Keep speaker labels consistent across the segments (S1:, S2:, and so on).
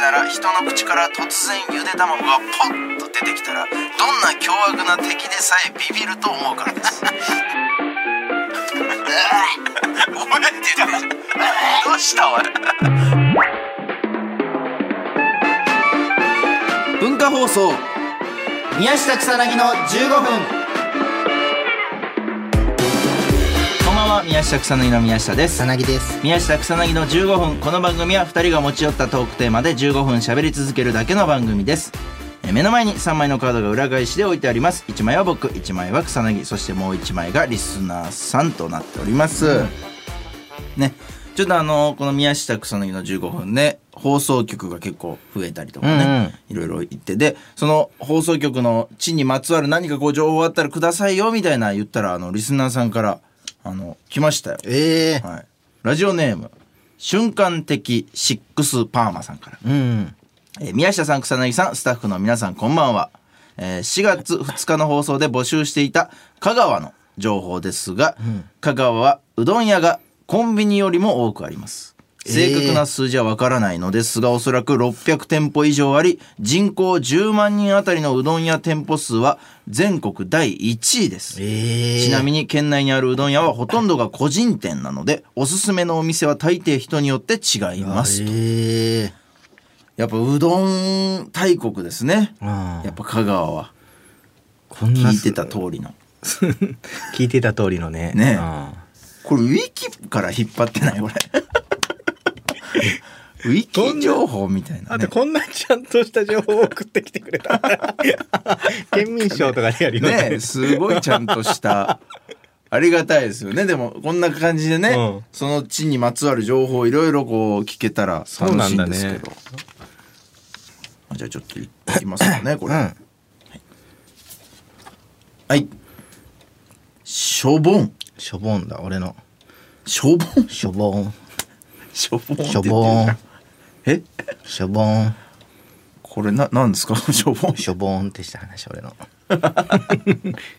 S1: なら人の口から突然ゆで卵がポッと出てきたらどんな凶悪な敵でさえビビると思うからです お前って言ってるどうしたおい文化放送
S2: 宮下草薙の15分
S1: こんばんは宮下草薙の宮下です
S2: 草薙です
S1: 宮下草薙の15分この番組は2人が持ち寄ったトークテーマで15分喋り続けるだけの番組ですえー目の前に3枚のカードが裏返しで置いてあります1枚は僕1枚は草薙そしてもう1枚がリスナーさんとなっておりますねちょっとあのこの宮下草薙の15分ね放送局が結構増えたりとかね、いろいろ言ってでその放送局の地にまつわる何かこう情報あったらくださいよみたいな言ったらあのリスナーさんからあの来ましたよ
S2: ええ
S1: はい、ラジオネーム瞬間的シックスパーマさんから、
S2: うん
S1: えー宮下さん草薙さんスタッフの皆さんこんばんは、えー4月2日の放送で募集していた香川の情報ですが、香川はうどん屋がコンビニよりも多くあります正確な数字はわからないのですが、おそらく600店舗以上あり人口10万人あたりのうどん屋店舗数は全国第1位です
S2: ええ
S1: ちな
S2: に
S1: みに県内にあるうどん屋はほとんどが個人店なのでおすすめのお店は大抵人によって違いますと
S2: ええ
S1: やっぱうどん大国ですね
S2: ああ
S1: やっぱ香川は
S2: こんな
S1: 聞いてた通りの
S2: 聞いてた通りのね
S1: ね
S2: ああ
S1: これウィキから引っ張ってないこれ ウィキ情報みたいな
S2: あ
S1: ね
S2: とこんなちゃんとした情報を送ってきてくれた県民賞とかでやるよ
S1: ねすごいちゃんとしたありがたいですよねでもこんな感じでね、
S2: うん
S1: その地にまつわる情報をいろいろこう聞けたら楽しいんですけど、あじゃあちょっといきますかねこ
S2: う
S1: れ、
S2: ん
S1: はいしょぼん
S2: しょぼんだ俺の
S1: しょぼん
S2: しょぼん
S1: しょぼんって言ってる
S2: しょぼん
S1: え
S2: しょぼん
S1: これななん ですかしょぼん
S2: しょぼんってした話俺 の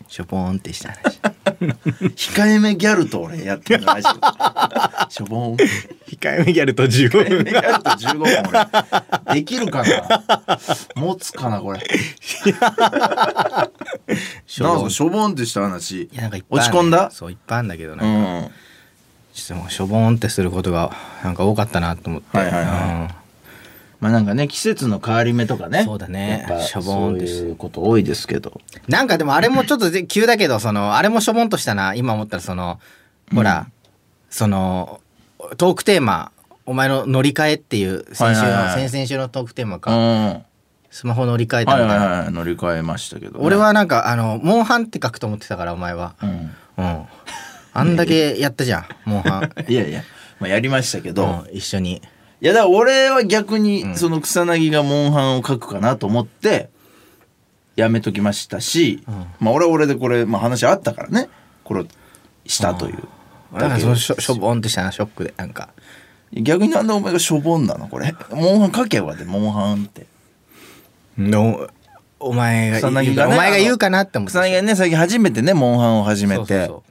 S2: しょぼんってした話
S1: 控えめギャルと俺やってるラジ オしょぼん
S2: 控えめギャルと15分
S1: やると15分俺できるかな持つかなこれ
S2: しょ
S1: なん
S2: ぼ
S1: か
S2: ん
S1: しょぼんってした話
S2: いやなんかいっぱいあ
S1: 落
S2: る
S1: ち込んだ
S2: そういっぱいあんだけどな、
S1: うん
S2: ちょっともうしょぼんってすることがなんか多かったなと思って、
S1: はいはいはまあなんかね季節の変わり目とかね
S2: そうだね
S1: やっぱ
S2: しょぼんって
S1: そういうこと多いですけど
S2: うんなんかでもあれもちょっとぜ急だけどそのあれもしょぼんとしたな今思ったらそのほら、そのトークテーマお前の乗り換えっていう先週の、
S1: はいはいはい
S2: 先々週のトークテーマ
S1: うん
S2: か、
S1: は
S2: スマホ乗り換え
S1: い
S2: た
S1: は
S2: み
S1: い
S2: たいな、
S1: はい乗り換えましたけどね
S2: 俺はなんかあのモンハンって書くと思ってたからお前は
S1: うん
S2: うんあんだけやったじゃんモンハン
S1: いやいやまあやりましたけ ど
S2: うん一緒に
S1: いやだから俺は逆にその草薙がモンハンを書くかなと思ってやめときましたし、
S2: ん
S1: まあ俺は俺でこれ、まあ、話あったからねこれをしたという
S2: な
S1: だ
S2: んか
S1: け
S2: そ
S1: ど
S2: のしょしょぼんとしたなショックでなんか
S1: 逆になんでお前がしょぼんなのこれモンハン書けばでモンハンって
S2: のお前が
S1: 草薙
S2: 言うか
S1: が、
S2: お
S1: ね、
S2: 前が
S1: あの
S2: 言うかなって思って
S1: 草薙がね最近初めてねモンハンを始めて
S2: そうそうそ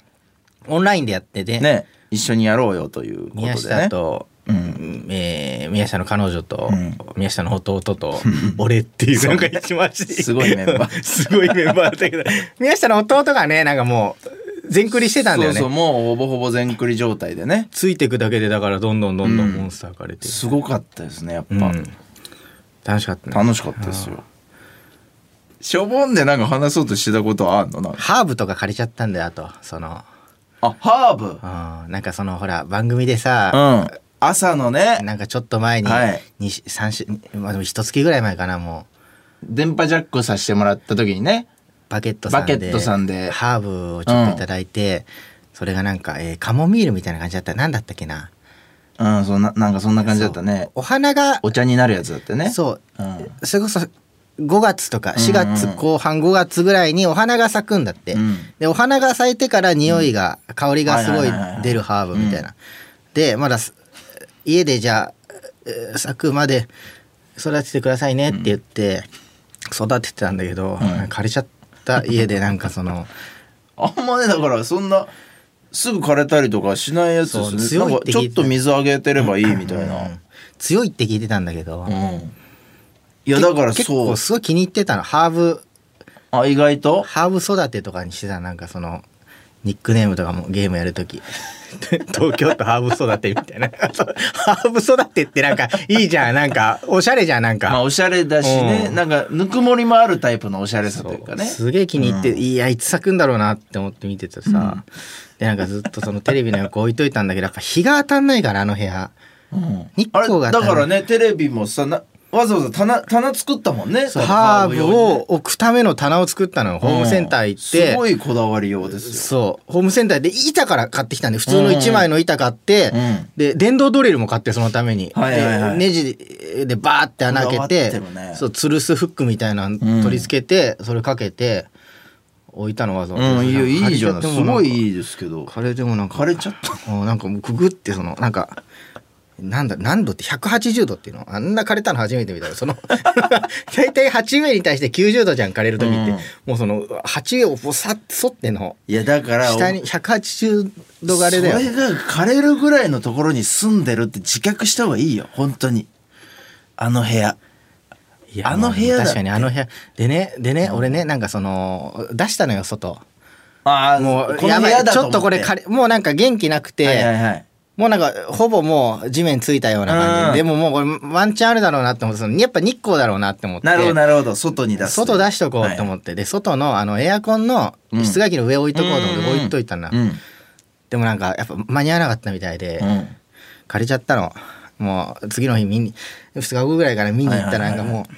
S2: うオンラインでやってて、
S1: ね一緒にやろうよということでね
S2: 宮下と、
S1: うん
S2: えー宮下の彼女と、
S1: うん
S2: 宮下の弟と俺っていうなんか一番
S1: すごいメンバー
S2: すごいメンバーだったけど宮下の弟がねなんかもう全クリしてたんだよね
S1: そうそうもうほぼほぼ全クリ状態でね
S2: ついていくだけでだからどんどんどんどん
S1: うん
S2: モンスターが出て、
S1: すごかったですねやっぱ、
S2: うん楽しかったね
S1: 楽しかったですよしょぼんでなんか話そうとしてたことはあんのなんか
S2: ハーブとか借りちゃったんだよあとその
S1: あハーブ
S2: うんなんかそのほら番組でさ、
S1: うん朝のね
S2: なんかちょっと前に、
S1: はい
S2: に3週、まあ、でも1月ぐらい前かなもう
S1: 電波ジャックさせてもらった時にね
S2: バケットさんで
S1: バケットさんで
S2: ハーブをちょっといただいて、それがなんか、えーカモミールみたいな感じだったなんだったっけな
S1: うんそんななんかそんな感じだったね
S2: お花が
S1: お茶になるやつだったね、
S2: そう
S1: ん、
S2: それこそ5月とか4月
S1: うんうん
S2: 後半5月ぐらいにお花が咲くんだって、
S1: うん
S2: でお花が咲いてから匂いが、香りがすご
S1: は
S2: い
S1: いはいはいはい
S2: 出るハーブみたいな、でまだす家でじゃあえー咲くまで育ててくださいねって言って育ててたんだけど、
S1: うん
S2: 枯れちゃった家でなんかそ の
S1: あんまねだからそんなすぐ枯れたりとかしないやつです
S2: そう
S1: ね
S2: 強
S1: な
S2: い
S1: ん
S2: っ
S1: か
S2: て
S1: ち
S2: 聞
S1: ょ
S2: い
S1: って
S2: た
S1: と水あげてればいいみたいな
S2: 強いって聞いてたんだけど、
S1: うんいや、だから
S2: 結
S1: そ
S2: 構
S1: う。
S2: すごい気に入ってたのハーブ
S1: あ、意外と
S2: ハーブ育てとかにしてたなんかそのニックネームとかもゲームやるとき 東京都ハーブ育てみたいな ハーブ育てってなんかいいじゃんなんかおしゃれじゃんなんか、
S1: まあ、おしゃれだしね、
S2: うん
S1: なんか、ぬくもりもあるタイプのおしゃれさ
S2: そ
S1: というか
S2: う
S1: ね。
S2: すげえ気に入って、いやいつ咲くんだろうなって思って見ててさ、でなんかずっとそのテレビの横置いといたんだけどやっぱ日が当たんないからあの部屋
S1: うん
S2: 日
S1: あ
S2: 光が
S1: れ、だからね、テレビもさ、なわざわざ棚、棚作ったもんね。
S2: そう
S1: その
S2: ハーブ
S1: 用にね
S2: を置くための棚を作ったのよホームセンター行って、
S1: うんすごいこだわりようです
S2: そうホームセンターで板から買ってきたんで普通の1枚の板買って、
S1: よ。うん。
S2: で電動ドリルも買ってそのために、
S1: はいはいはい
S2: でネジでバーって穴開けて
S1: こだわってるね
S2: そう吊るすフックみたいなの取り付けて、それかけて置いたのわざわざ、
S1: うん、いいよいいじゃない。
S2: 枯れちゃって
S1: す
S2: も
S1: ごい
S2: なんか
S1: いいですけど。
S2: 枯れてもなんか
S1: 枯れちゃった。
S2: うんなんかもうググってそのなんかなんだ何度って180度っていうのあんな枯れたの初めて見たよその 大体鉢植えに対して90度じゃん枯れる時って、
S1: うん
S2: もうその鉢植えをぼさっそっての
S1: いや、だから、
S2: 下に180度枯れだ
S1: そ
S2: よ
S1: れが枯れるぐらいのところに住んでるって自覚した方がいいよ本当にあの部屋
S2: いや
S1: あの部屋だって
S2: 確かにあの部屋でねでね、俺ねなんかその出したのよ外
S1: あ
S2: もう
S1: この
S2: や
S1: 部
S2: ば
S1: 屋
S2: い
S1: だ
S2: ち
S1: と
S2: ょ
S1: 思
S2: ってとこれ枯れもうなんか元気なくて、
S1: はいはいはい
S2: もうなんかほぼもう地面ついたような感じで、でももうこれワンチャンあるだろうなって思ってそのやっぱ日光だろうなって思って
S1: なるほどなるほど外に出す
S2: 外出しとこうと
S1: っ
S2: 思って、で外のあのエアコンの
S1: うん
S2: 室外機の上置いとこうと思って
S1: うん
S2: 置いといたんだ、
S1: うん
S2: でもなんかやっぱ間に合わなかったみたいで、
S1: うん
S2: 枯れちゃったのもう次の日見に2日後ぐらいから見に行ったら
S1: は
S2: ないん
S1: はい
S2: か
S1: はい
S2: もう、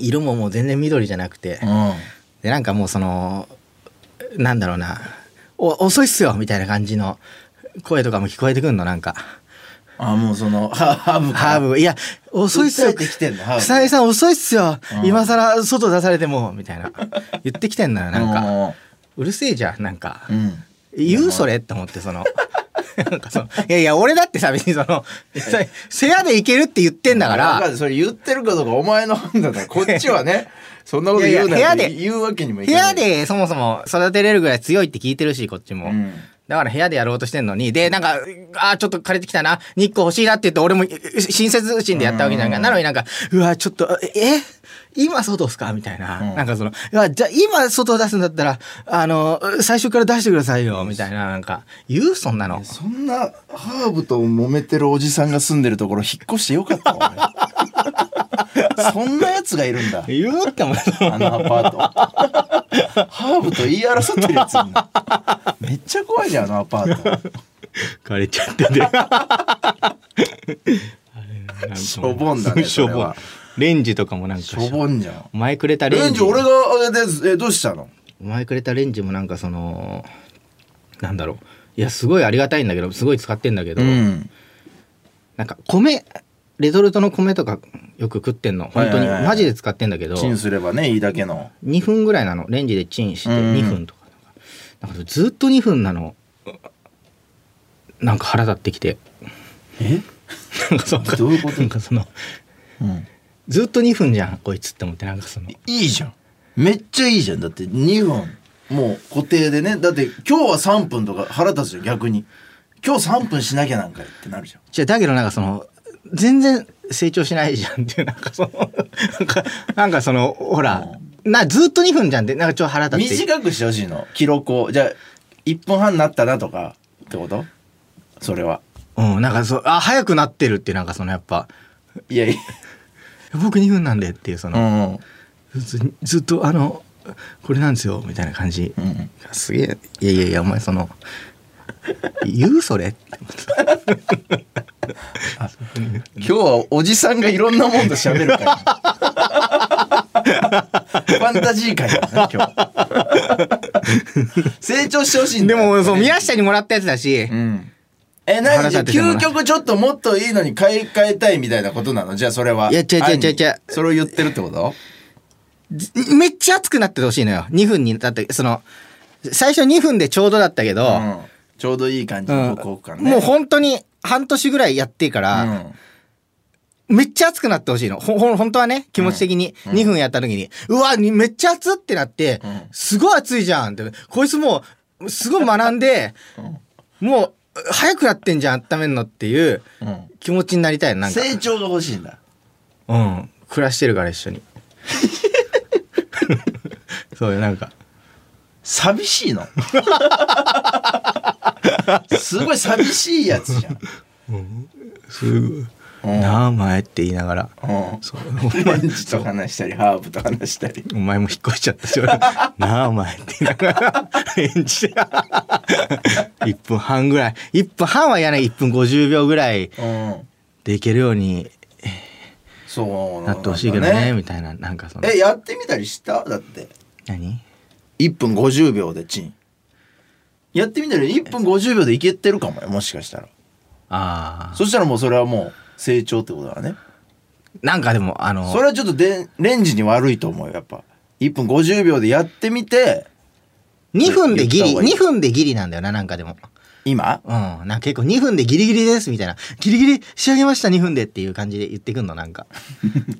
S2: 色ももう全然緑じゃなくて、
S1: うん
S2: でなんかもうそのなんだろうなお遅いっすよみたいな感じの声とかも聞こえてくんのなんか
S1: あもうそのハハーブから
S2: ハーブいや遅いっす
S1: 訴え
S2: よ
S1: てきてんのハーブ
S2: 草薙さん遅いっすよ、
S1: うん
S2: 今更外出されてもみたいな言ってきてんのよなんか、
S1: か
S2: うるせえじゃんなんか、
S1: うん
S2: 言うそれって思ってその なんかそのいやいや俺だってさ別にそのそれせやでいけるって言ってんだか
S1: わ
S2: ら
S1: るそれ言ってるかどうかお前の判断だこっちはねそんなこと言うない
S2: やいや
S1: ん
S2: 部屋
S1: て
S2: で
S1: 言うわけにもい
S2: 部
S1: かな
S2: 屋
S1: い
S2: でそもそも育てれるぐらい強いって聞いてるしこっちも、
S1: うん
S2: だから部屋でやろうとしてんのにでなんかあーちょっと枯れてきたな日光欲しいなって言って俺も親切心でやったわけじゃないからなのになんかうわちょっとえ今外っすかみたいな、
S1: うん
S2: なんかそのうわじゃあ今外出すんだったらあの最初から出してくださいよみたいななんか言うそんなの
S1: そんなハーブと揉めてるおじさんが住んでるところ引っ越してよかったわ俺そんなやつがいるんだ
S2: 言うって思う
S1: あのアパートハーブと言い争ってるやついんのめっちゃ怖いじゃんあのアパート
S2: 枯れちゃってて
S1: しょぼんだね
S2: しょ
S1: それ
S2: ぼん
S1: は
S2: レンジとかもなんか
S1: しょぼんじゃん
S2: お前くれたレ
S1: レ
S2: ン
S1: ン
S2: ジ
S1: ジ俺があげてえどうしたの
S2: お前くれたレンジもなんかそのなんだろういやすごいありがたいんだけどすごい使ってんだけど、
S1: ん
S2: なんか米レトルトの米とかよく食ってんの本当
S1: はい
S2: に
S1: はいはい
S2: マジで使ってんだけど
S1: チンすればねいいだけの
S2: 2分ぐらいなのレンジでチンして
S1: うんうん
S2: 2分とかなんかずっと2分なのなんか腹立ってきて
S1: え
S2: なんかその
S1: どういうこと
S2: なんかその
S1: うん
S2: ずっと2分じゃんこいつって思ってなんかその
S1: いいじゃんめっちゃいいじゃんだって2分もう固定でねだって今日は3分とか腹立つじゃん逆に今日3分しなきゃなんかいってなるじゃん
S2: じゃだけどなんかその全然成長しないじゃんっていうなんかそのなんかなんかそのほらなずっと2分じゃんってなんかちょっと腹立って
S1: 短くしてほしいの記録をじゃあ1分半になったなとかってことそれは
S2: うんなんかそうあ早くなってるっていうなんかそのやっぱ
S1: いやいや
S2: 僕2分なんでっていうその、
S1: ん
S2: ずずっとあのこれなんですよみたいな感じ、
S1: うん
S2: すげえいやいやいやお前その言うそれって思った
S1: 今日はおじさんがいろんなもんと喋るか らファンタジー界だな今 日成長してほしいんだ
S2: で
S1: よ
S2: も そう宮下にもらったやつだし、
S1: うんえ、
S2: 腹
S1: 何じゃ
S2: 立
S1: あ
S2: ててもらう
S1: 究極ちょっともっといいのに買い替えたいみたいなことなのじゃあそれは。
S2: いや違う違う
S1: 暗に
S2: 違う違う
S1: それを言ってるってこと
S2: めっちゃ熱くなっててほしいのよ2分にだってその最初2分でちょうどだったけど、
S1: うん。ちょうどいい感じ
S2: うん
S1: の報告感ね。
S2: もう本当に半年ぐらいやってか
S1: う
S2: ら、
S1: ん
S2: めっちゃ熱くなってほしいのほほ本当はね気持ち的に2分やった時に、うわにめっちゃ熱ってなって、
S1: うん
S2: すごい熱いじゃんってこいつもうすごい学んで、もう早くなってんじゃん温めんのっていう
S1: うん
S2: 気持ちになりたいのなんか、
S1: 成長が欲しいんだ。
S2: うん、暮らしてるから一緒に そうよなんか
S1: 寂しいの すごい寂しいやつじゃん、
S2: すごい
S1: うん
S2: なあお前って言いながら
S1: うん、
S2: そう
S1: レンジと話したりハーブと話したり
S2: お前も引っ越しちゃったし 俺もなあお前って言いながら返事 で1分半ぐらい1分半はやない1分50秒ぐらい
S1: うん
S2: でいけるように
S1: そう
S2: なってほしいけど
S1: なんか
S2: ねみたいななんかその
S1: えやってみたりしただって
S2: 何
S1: 1分50秒でチンやってみたら1分50秒でいけてるかもよもしかしたら
S2: ああ
S1: そしたらもうそれはもう成長ってことだね
S2: なんかでもあの
S1: それはちょっとでレンジに悪いと思うよやっぱ1分50秒でやってみて
S2: 2分でギ
S1: 言った方が
S2: リ
S1: いい
S2: 2分でギリなんだよななんかでも
S1: 今
S2: うんなんか結構2分でギリギリですみたいなギリギリ仕上げました2分でっていう感じで言ってくんのなんか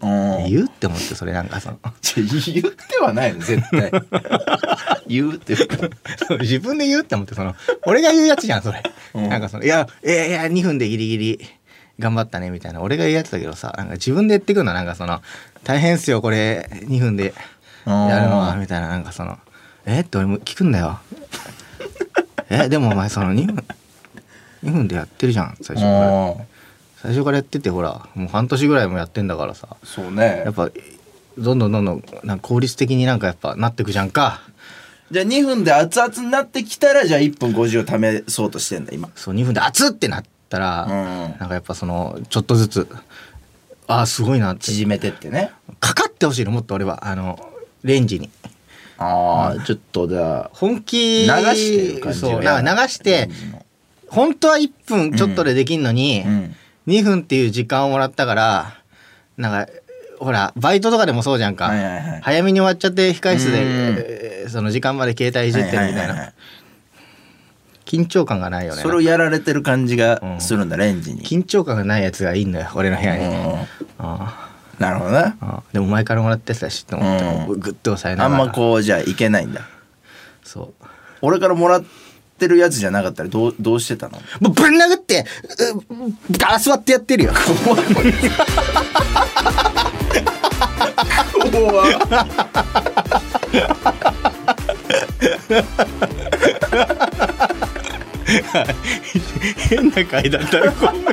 S1: うん
S2: 言うって思ってそれなんかその
S1: ちょ言ってはないの絶対 言うっていうか
S2: 自分で言うって思ってその俺が言うやつじゃんそれ、
S1: うん
S2: なんかそのいやいやいや2分でギリギリ頑張ったねみたいな俺が言うやつだけどさなんか自分で言ってくんのなんかその大変っすよこれ2分でやるのはみたいななんかその「えっ?」て俺も聞くんだよ「えでもお前その2分2分でやってるじゃん最初から
S1: うん
S2: 最初からやっててほらもう半年ぐらいもやってんだからさ
S1: そうね
S2: やっぱどんどんどんどんなんか効率的になんかやっぱなってくじゃんか
S1: じゃあ2分で熱々になってきたらじゃあ1分50を試そうとしてんだ今
S2: そう2分で熱っってなったら、
S1: うん
S2: なんかやっぱそのちょっとずつああすごいなって
S1: 縮めてってね
S2: かかってほしいのもっと俺はあのレンジに。
S1: ああ、ちょっとじゃあ
S2: 本気
S1: 流してる感じが
S2: そ
S1: 嫌
S2: う
S1: だ
S2: なんか流して本当は1分ちょっとでできんのに、
S1: うん
S2: 2分っていう時間をもらったからなんかほらバイトとかでもそうじゃんか、
S1: はいはいはい
S2: 早めに終わっちゃって控室で、
S1: うん
S2: えーその時間まで携帯いじってるみたいな、
S1: はははは
S2: 緊張感がないよね
S1: それをやられてる感じがするんだ、レンジに、
S2: 緊張感がないやつがいいんだよ俺の部屋に、
S1: うん
S2: ああ
S1: なるほどな
S2: ああでも前からもらったやつだしと思って、
S1: うん
S2: もうグッと抑え
S1: あ
S2: なが
S1: ん
S2: ら
S1: まこうじゃあいけないんだ
S2: そう
S1: 俺からもらってるやつじゃなかったらどうどうしてたの
S2: もうぶん殴ってうガラス割ってやってるよ変な回だったらごめん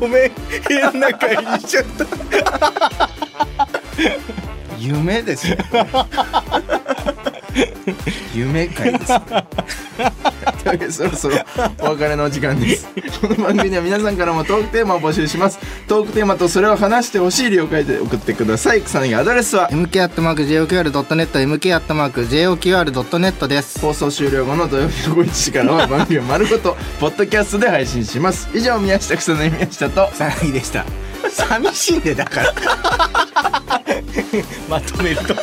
S2: ごめん変な回にしちゃった
S1: 夢 ですよ夢会ですよというわけで そろそろお別れのお時間ですこの番組では皆さんからもトークテーマを募集しますトークテーマとそれを話してほしい了解で送ってください草薙アドレスは
S2: mk.joqr.net mk.joqr.net です
S1: 放送終了後の土曜日の5時からは番組を丸 ごとポッドキャストで配信します以上宮下草薙宮下と
S2: さらにでした寂しいんでだからまとめると